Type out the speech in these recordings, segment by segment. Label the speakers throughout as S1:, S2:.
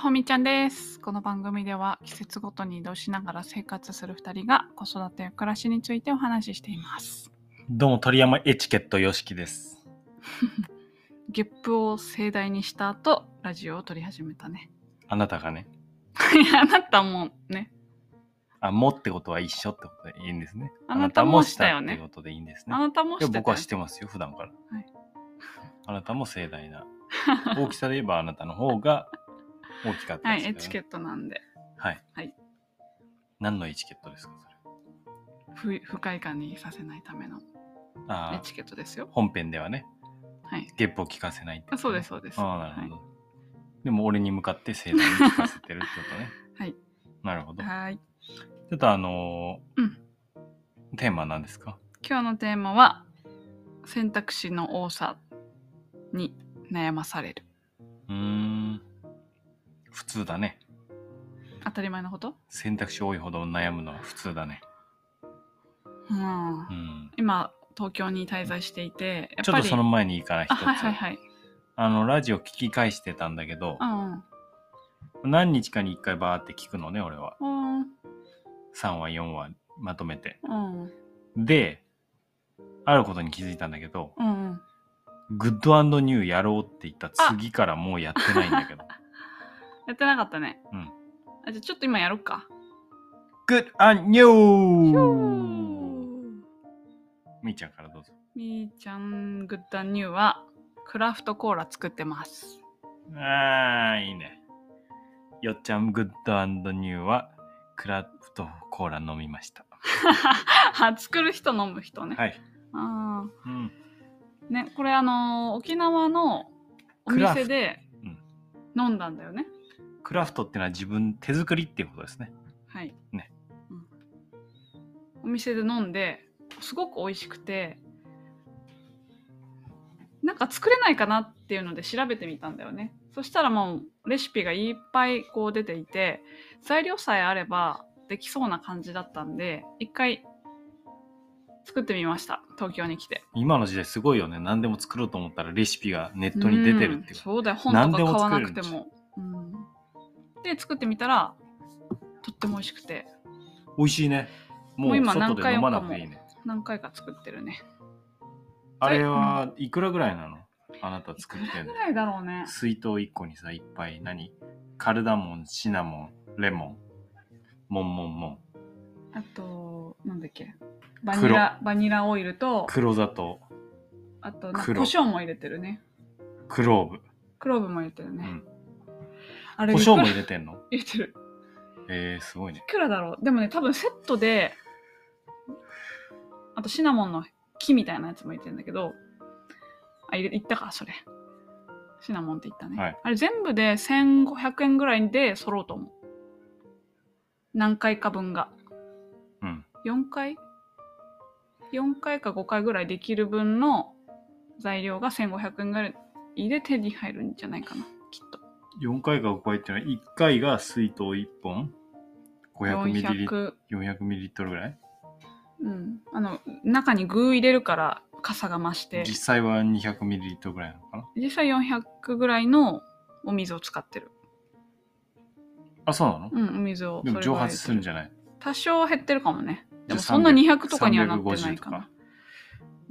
S1: ほみちゃんです。この番組では季節ごとに移動しながら生活する2人が子育てや暮らしについてお話ししています。
S2: どうも鳥山エチケットよしきです。
S1: ゲップを盛大にした後、ラジオを撮り始めたね。
S2: あなたがね、
S1: いや、あなたもね。
S2: あ、もってことは一緒ってことでいいんですね。
S1: あなたもしたよ
S2: あなたも
S1: ね
S2: ってことでいいんですね
S1: あ。なたも
S2: いや
S1: してたよ
S2: 僕はしてますよ、普段から。
S1: はい
S2: あなたも盛大 な。大きさで言えばあなたの方が大きかった
S1: は
S2: で
S1: い、
S2: すけどね
S1: エチケットなんで、
S2: はい。
S1: はい
S2: 何のエチケットですか、そ
S1: ふ不快感にさせないための
S2: れ。
S1: エ
S2: ああ、
S1: チケットですよ。
S2: 本編ではね、
S1: はい。
S2: ゲップを聞かせないって
S1: あ
S2: こと
S1: そう
S2: ね
S1: です、。そうです。
S2: ああ、なるほど。
S1: は
S2: でも俺に向かって盛大に聞かせてるってことね。
S1: はい。
S2: なるほど。
S1: い。はーい。
S2: ちょっとあのー
S1: うん
S2: テーマは何ですか
S1: 今日のテーマは、選択肢の多さに悩まされる。
S2: うーん普通だね
S1: 当たり前のこと
S2: 選択肢多いほど悩むのは普通だね
S1: うん
S2: うん
S1: 今東京に滞在していてや
S2: ちょ
S1: っぱ
S2: っと
S1: り
S2: その前にいいかな一
S1: あ
S2: つ
S1: はいはいはい
S2: あのラジオ聞き返してたんだけど
S1: うん
S2: 何日かに一回バーって聞くのね俺は
S1: うん
S2: 3話4話まとめて
S1: うん
S2: であることに気づいたんだけど
S1: うんうん
S2: グッドニューやろうって言った次からもうやってないんだけ ど
S1: やってなかったね
S2: うん
S1: あじゃあちょっと今やろっか
S2: グッドニ
S1: ひょ
S2: ュー
S1: ー
S2: みーちゃんからどうぞ
S1: みーちゃんグッダニューはクラフトコーラ作ってます
S2: ああ、いいね。よっちゃんグッドニューはクラフトコーラ飲みました。
S1: あ作る人飲む人ね、
S2: はい。
S1: あ
S2: うん。
S1: ーねこれあのー沖縄のお
S2: クラフ
S1: 店で
S2: うん
S1: 飲んだんだよね
S2: クラフトってのは自分手作りっていうことですね。
S1: はい。
S2: ね
S1: うん。お店で飲んで、すごく美味しくて、なんか作れないかなっていうので調べてみたんだよね。そしたらもうレシピがいっぱいこう出ていて、材料さえあればできそうな感じだったんで、一回作ってみました。東京に来て。
S2: 今の時代すごいよね。何でも作ろうと思ったらレシピがネットに出てるっていううんこと。
S1: そうだよ。本
S2: 何
S1: と
S2: で
S1: か
S2: も
S1: 買わ
S2: 作
S1: な
S2: れ
S1: く
S2: るん
S1: て
S2: でしょ
S1: も。うんで、作ってみたら、とっても美味しくて、
S2: 美味しいね。も
S1: もう
S2: う
S1: 今
S2: 外で飲ま
S1: 何回もか
S2: な
S1: も
S2: くていいね。
S1: 何回か作ってるね。
S2: あれはいくらぐらいなのあなた作ってんの
S1: ぐ。らいだろうね。
S2: 水筒1個にさ、いっぱい何カルダモン、シナモン、レモン、モンモンモン、
S1: あと、なんだっけ。バニラ、バニラオイルと、
S2: 黒砂糖、
S1: あと、なんか
S2: 黒
S1: 胡椒も入れてるね。
S2: クローブ。
S1: クローブも入れてるね。
S2: うん
S1: あれ、
S2: 胡椒も
S1: い
S2: 入
S1: く
S2: れてんの
S1: ら入れてる。
S2: えー、すごいね
S1: い。くらだろうでもね、多分セットで、あとシナモンの木みたいなやつも入れてるんだけど、あ、入れ、いったか、それ。シナモンって言ったね。
S2: はい
S1: あれ全部で1500円ぐらいで揃うと思う。何回か分が。
S2: うん。
S1: 4回 ?4 回か5回ぐらいできる分の材料が1500円ぐらいで手に入るんじゃないかな、きっと。
S2: 4回か5回っていうのは、1回が水筒1本、500ミリリットル、
S1: 400
S2: 400ミリリットルぐらい
S1: うん。あの、中に具入れるから、傘が増して、
S2: 実際は200ミリリットルぐらいなのかな
S1: 実際400ぐらいのお水を使ってる。
S2: あ、そうなの、
S1: うん、お水を。
S2: でも蒸発するん
S1: ゃ
S2: じゃない
S1: 多少減ってるかもね。でも
S2: じゃあ
S1: そんな
S2: 300
S1: 200とかにはなってないか
S2: 350
S1: な
S2: と。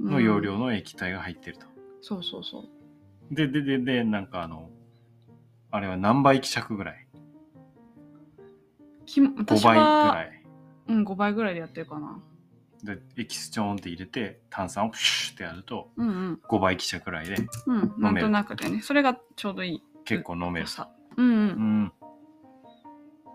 S1: うん
S2: の容量の液体が入ってると。
S1: そうそうそう。
S2: で、で、で、で、なんかあの、あれは何倍希釈ぐらい
S1: き
S2: ?5 倍
S1: 私
S2: ぐ
S1: は、
S2: らい。
S1: うん、5倍ぐらいでやってるかな。
S2: で、エキスチョーンって入れて、炭酸をプシュってやると、
S1: うんうん。
S2: 5倍希釈ぐらいで
S1: うん、
S2: 飲
S1: なん
S2: める
S1: となくでね。それがちょうどいい
S2: 結構飲める
S1: 良。さ。うんう。
S2: うんん。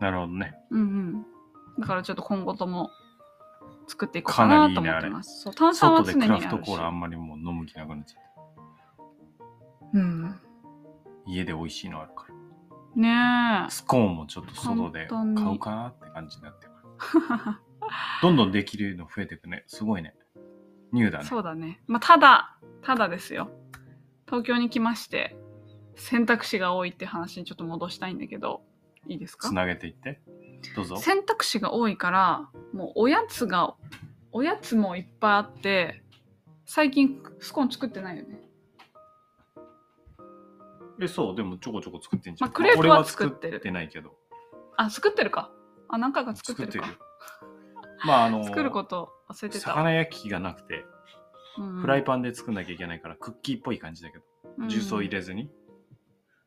S2: なるほどね。
S1: うんうん。だからちょっと今後とも作っていこうかなと思ってます。そう、炭酸は
S2: 外
S1: 常に
S2: でク
S1: あ
S2: ラ
S1: るし。
S2: フトコーラあんまりもう飲む気なくなっちゃう。
S1: うん。
S2: 家で美味しいのあるから。
S1: ねえ。
S2: スコーンもちょっと外で
S1: 簡
S2: 買
S1: 単に
S2: うかなって感じになってるから。どんどんできるの増えていくね。すごいね。ニューだね。
S1: そうだね。まあ、ただ、ただですよ。東京に来まして、選択肢が多いって話にちょっと戻したいんだけど、いいですか
S2: つなげていって。どうぞ。
S1: 選択肢が多いからもうおやつがおやつもいっぱいあって最近スコーン作ってないよね
S2: え、そう、でもちょこちょこ作ってんじゃ
S1: ま
S2: ん。
S1: あクレープは作ってる
S2: 俺は作ってないけど。
S1: あ、作ってるか。あ、何回か作ってるか。
S2: 作っ
S1: 作
S2: てまあ、あの、
S1: ること忘れてた。
S2: 魚焼き器がなくて、
S1: うん
S2: フライパンで作んなきゃいけないから、クッキーっぽい感じだけど、重曹入。れずに。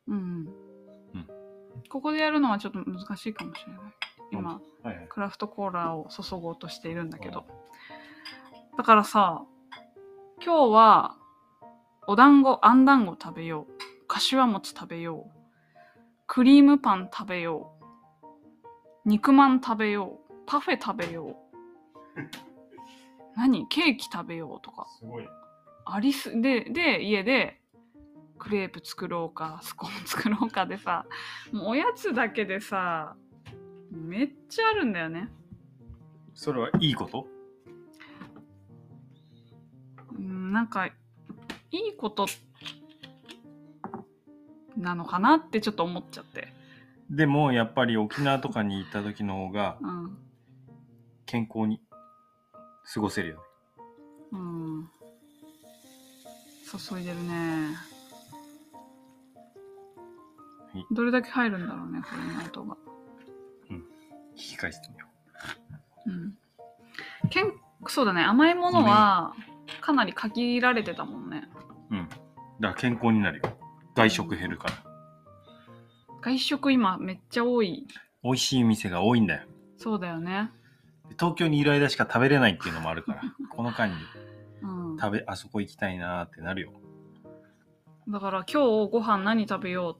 S1: うんうん。
S2: う
S1: うん
S2: ん
S1: ここでやるのはちょっと難しいかもしれない。今、
S2: はいはい。
S1: クラフトコーラを注ごうとしているんだけど。だからさ、今日は、お団子、あん団子食べよう。かしわ餅食べよう。クリームパン食べよう。肉まん食べよう。パフェ食べ よう。何ケーキ食べようとか。
S2: すごい。
S1: ありす、で、で、家で、クレープ作ろうか、スコーン作ろうかでさ、もうおやつだけでさ、めっちゃあるんだよね。
S2: それはいいこと
S1: うんなんか、いいこと、なのかなってちょっと思っちゃって。
S2: でも、やっぱり沖縄とかに行った時の方が
S1: うん。
S2: 健康に過ごせるよね。
S1: うん。注いでるね
S2: はい。
S1: どれだけ入るんだろうね、これの音が。
S2: 引き返してみよ
S1: うんけんそうだね甘いものはかなり限られてたもんね
S2: う。うん。だから健康になるよ。外食減るから。
S1: 外食今めっちゃ多い
S2: 美味しい店が多いんだよ。
S1: そうだよね
S2: 東京にいる間しか食べれないっていうのもある から、この間に
S1: うん
S2: 食べ、あそこ行きたいなーってなるよ。
S1: だから今日ご飯何食べようっ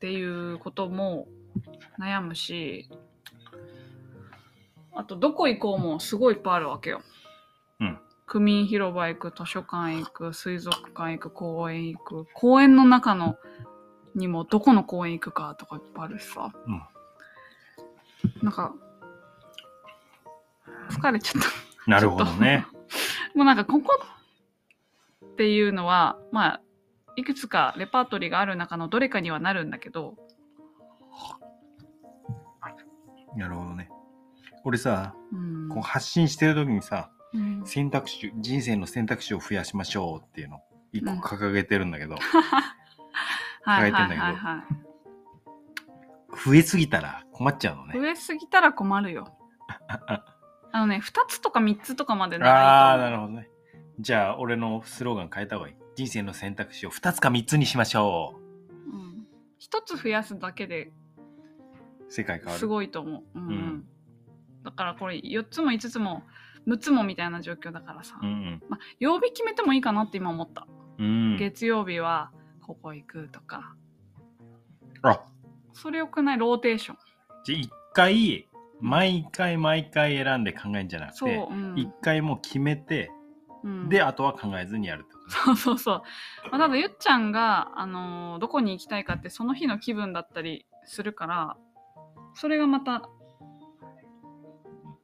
S1: ていうことも悩むしあとどこ行こうもすごいいっぱいあるわけよ。
S2: うん
S1: 区民広場行く図書館行く水族館行く公園行く公園の中のにもどこの公園行くかとかいっぱいあるしさ、
S2: うん
S1: なんか疲れちゃった。
S2: なるほどね。
S1: もうなんかここっていうのは、まあ、いくつかレパートリーがある中のどれかにはなるんだけど、
S2: なるほどね。俺さ、
S1: うん。
S2: こう発信してる時にさ、
S1: うん
S2: 選択肢、人生の選択肢を増やしましょうっていうの、一個
S1: うん
S2: 掲げてるんだけど、
S1: はい
S2: えて
S1: は
S2: んだ
S1: い
S2: けど
S1: はいは
S2: 増えすぎたら困っちゃうの
S1: い。
S2: ね。
S1: 増えすぎたら困 るよ。あのね、2つとか3つとかまでな
S2: ああ、
S1: ら
S2: ない
S1: い
S2: るほどね。じゃあ、俺のスローガン変えた方がいい。人生の選択肢を2つか3つにしましょ
S1: と思う。うん一つ増やすだけで
S2: う。世界変わる。
S1: すごいと思う。うんうん
S2: うん
S1: だからこれ4つも5つも6つもみたいな状況だからさ、
S2: うん
S1: まあ、曜日決めてもいいかなって今思った。
S2: うん。うん。
S1: 月曜日はここ行くとか、
S2: あ、
S1: それよくないローテーション。
S2: じゃあ一回、毎回毎回選んで考えるんじゃなく
S1: そう、
S2: て、
S1: うん
S2: 一回もう決めて、
S1: うん
S2: で、あとは考えずにやるってこと
S1: そうそうそう。まあ、ただ、ゆっちゃんが、あのーどこに行きたいかって、その日の気分だったりするから、それがまた、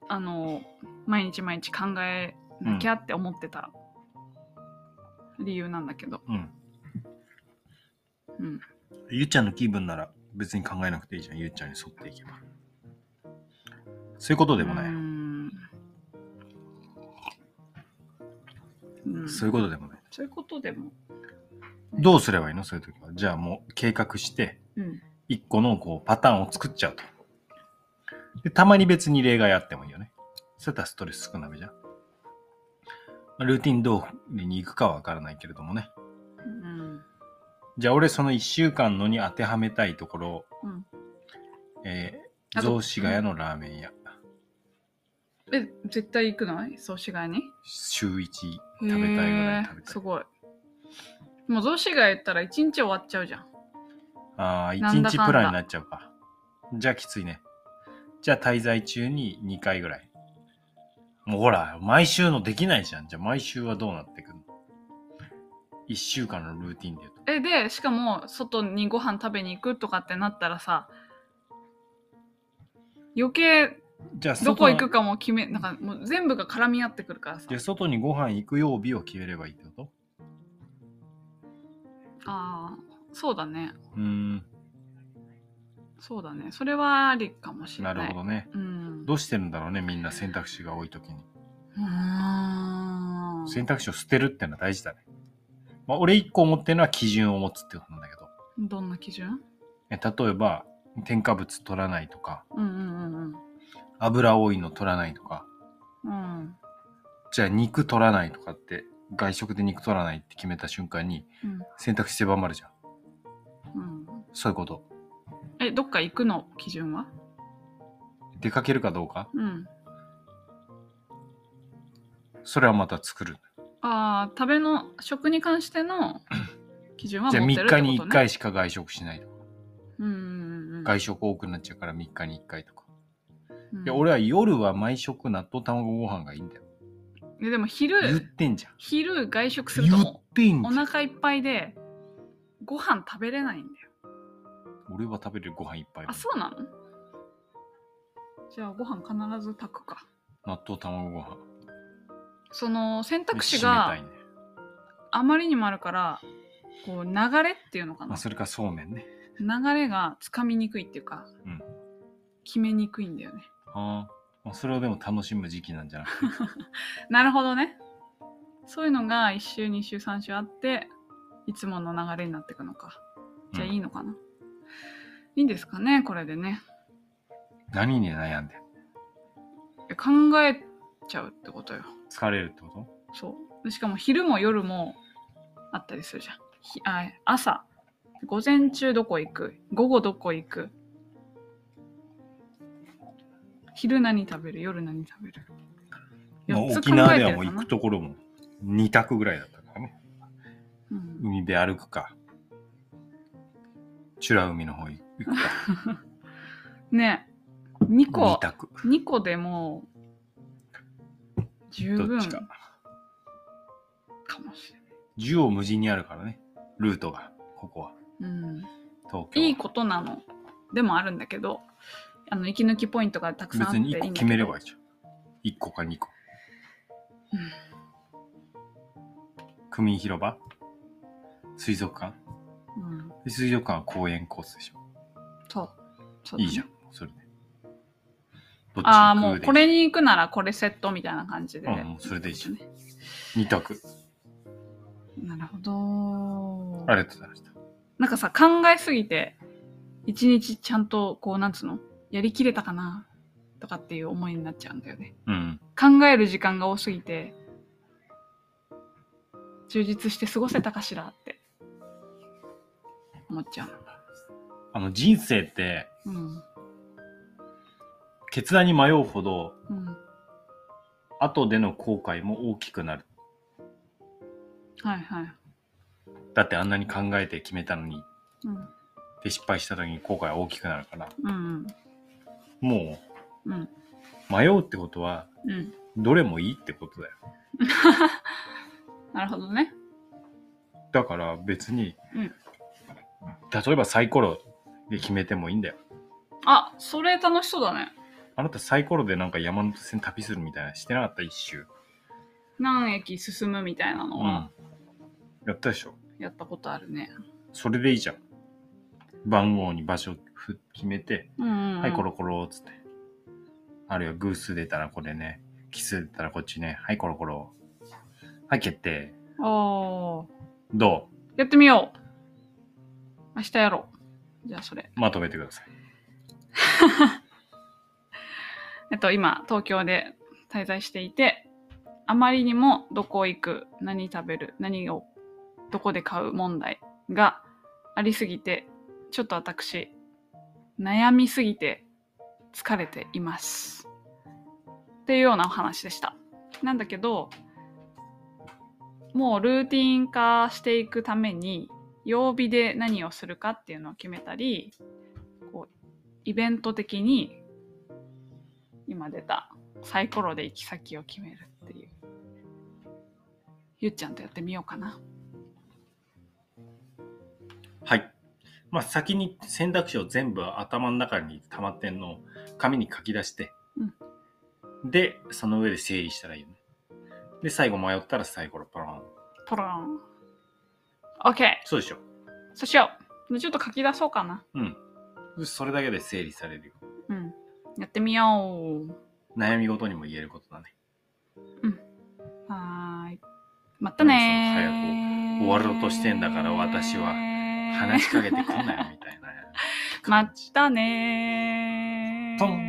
S1: あのー毎日毎日考えなきゃって思ってた理由なんだけど。
S2: うん。
S1: うん。
S2: ゆっちゃんの気分なら別に考えなくていいじゃん。ゆっちゃんに沿っていけば。そういうことでもな
S1: うー
S2: い。
S1: ん。うん、
S2: そういうことでもない。
S1: そういうことでも。
S2: どうすればいいのそういう時は。じゃあもう計画して、
S1: うん。
S2: 一個のこうパターンを作っちゃうと。で、たまに別に例外あってもいいよね。そうやったらストレス少なめじゃん。まあルーティン通りに行くかはわからないけれどもね。
S1: うん。
S2: じゃあ俺その1週間のに当てはめたいところを、
S1: うん
S2: えー、
S1: あと
S2: 雑司ヶ谷のラーメン屋、
S1: え、絶対行くない総市街に
S2: 週1食べたいぐらい食べ
S1: へー
S2: た
S1: す
S2: い。
S1: ごいもう雑誌が言ったら一日終わっちゃうじゃん
S2: ああ、一
S1: なんだ
S2: 日
S1: かんだ
S2: プランになっちゃうか。じゃあきついね。じゃあ滞在中に2回ぐらい。もうほら、毎週のできないじゃん。じゃあ毎週はどうなってくの ?1 週間のルーティンで言うと。
S1: えでしかも外にご飯食べに行くとかってなったらさ余計
S2: じゃあ外
S1: どこ行
S2: の
S1: くかも決めなんかもう全部が絡み合ってくるからさ
S2: じゃあ外にご飯行く曜日を決めればいいってこと
S1: ああそうだね
S2: うーん、
S1: そうだねそれはありかもしれな
S2: ないるほどね。
S1: うん
S2: どうしてるんだろうね、みんな選択肢が多いときに。
S1: うーん
S2: 選択肢を捨てるってのは大事だね。まあ、俺一個思ってるのは基準を持つってことなんだけど。
S1: どんな基準
S2: え例えば添加物取らないとか
S1: うんうんうん
S2: 油多いの取らないとか
S1: うん。うん。
S2: じゃあ肉取らないとかって外食で肉取らないって決めた瞬間に
S1: うん
S2: 選択肢狭まるじゃ
S1: う
S2: ん
S1: ん、
S2: そういうこと
S1: え、どっか行くの基準は
S2: 出かけるかどうか
S1: うん。
S2: それはまた作る
S1: ああ、食べの、食に関しての基準は
S2: じ
S1: 持
S2: ゃあ
S1: ってるってこ
S2: 3
S1: と、ね、
S2: 日に1。回しか外食しないとか
S1: うんうんうん。
S2: 外食多くなっちゃうから3日に1回とか
S1: うん
S2: いや俺は夜は毎食納豆卵ご飯がいいんだよ
S1: えでも
S2: 言っ
S1: 昼、
S2: てんじゃん
S1: 昼外食する
S2: 言
S1: と
S2: っ
S1: も
S2: てん
S1: うお
S2: じゃん
S1: 腹いっぱいで、ご飯食べれないんだよ。
S2: 俺は食べれるご飯いっぱい
S1: あ、そうなのじゃあご飯必ず炊くか。
S2: 納豆卵ご飯
S1: その選択肢
S2: 締め
S1: が
S2: たいね
S1: あまりにもあるから、こう流れっていうのか
S2: ま
S1: な
S2: あ、。それかそうめんね。
S1: 流れがつかみにくいっていうか、
S2: うん
S1: 決めにくいんだよね。
S2: ああ、それをでも楽しむ時期なんじゃなくて。
S1: なるほどね。そういうのが1週、2週、3週あって、いつもの流れになっていくのか。 じゃあ
S2: うん
S1: いいのかな。いいんですかね、これでね。
S2: 何に悩んでんの
S1: え考えちゃうってことよ。
S2: 疲れるってこ
S1: そう。でしかも昼も夜もあったりするじゃん。ひあ朝、午前中どこ行く午後どこ行く昼何食べる夜何食べる
S2: と、まあ、
S1: 四つ
S2: 沖縄では
S1: 考
S2: も
S1: え
S2: う
S1: てるかな
S2: 行くところも2択ぐらいだったからね。
S1: うん
S2: 海辺歩くか、美ら海の方行くか、
S1: ねえ2
S2: 2
S1: 個
S2: 択。
S1: 2個でもう十
S2: ど
S1: 分
S2: っちか。
S1: かもし
S2: 縦横無尽にあるからね、ルートが、ここは、
S1: れない、うん、
S2: 東京は。
S1: いいことなのでもあるんだけどあの息抜きポイントがたくさんあって
S2: 別
S1: いいんだ
S2: に1
S1: け
S2: 個
S1: ど
S2: 決めればいいじゃん。1個か2個。
S1: うん
S2: 区民広場水族館
S1: うん、
S2: で水族館は公園コースでしょ。
S1: そうそうだね
S2: いいじゃん、それで。どっち
S1: ああ、
S2: 行
S1: も
S2: く
S1: う
S2: で
S1: これに行くならこれセットみたいな感じで。
S2: うんもうそれでいいじゃん
S1: ね。
S2: 二択。
S1: なるほど。
S2: ありがとうございました。
S1: なんかさ、考えすぎて、一日ちゃんと、こう、なんつうのやりきれたかなとかっていう思いになっちゃうんだよね。
S2: うん。
S1: 考える時間が多すぎて、充実して過ごせたかしらって思っちゃう
S2: あの、人生って、
S1: の。うん。
S2: 決断に迷うほど、
S1: うん。
S2: 後での後悔も大きくなる。
S1: はいはい。
S2: だってあんなに考えて決めたのに、
S1: うん。
S2: で、失敗した時に後悔は大きくなるから、
S1: うん
S2: も
S1: うん。うん。
S2: う、迷うってことは、
S1: うん。
S2: どれもいいってことだよ。
S1: なるほどね。
S2: だから別に、
S1: うん
S2: 例えばサイコロで決めてもいいんだよ。
S1: あ、それ楽しそうだね。
S2: あなたサイコロでなんか山手線旅するみたいなしてなかった一周。
S1: 何駅進むみたいなの
S2: う
S1: は
S2: ん。やったでしょ。
S1: やったことあるね。
S2: それでいいじゃん。番号に場所ふ決めて、
S1: うんうんうん
S2: はい、コロコロ、つって。あるいは偶数出たらこれね、奇数出たらこっちね、はい、コロコロ。はい、決定。
S1: お
S2: ど
S1: ーやってみよう。明日やろう。じゃあそれ。
S2: うまとめてください。
S1: えっと、今、東京で滞在していて、あまりにもどこ行く、何食べる、何をどこで買う問題がありすぎて、ちょっと私、悩みすぎて疲れています。っていうようなお話でした。なんだけど、もうルーティン化していくために、曜日で何をするかっていうのを決めたり、こうイベント的に今出たサイコロで行き先を決めるっていうゆっちゃんとやってみようかな
S2: はい。まあ、先に選択肢を全部頭の中に溜まってんのを紙に書き出して、で、その上で整理したらいいよね。で、最後迷ったらサイコロパロン。
S1: ポロン OK
S2: そうでしょ。
S1: そうしようでちょっと書き出そうかな
S2: うん。それだけで整理されるよ。
S1: うんやってみよう
S2: 悩み事にも言えることだね。
S1: はーいまたねー
S2: 何その早く終わろうとしてんだから私は
S1: ねー。
S2: 話しかけてくんなよみたいな。
S1: まったねー。
S2: トン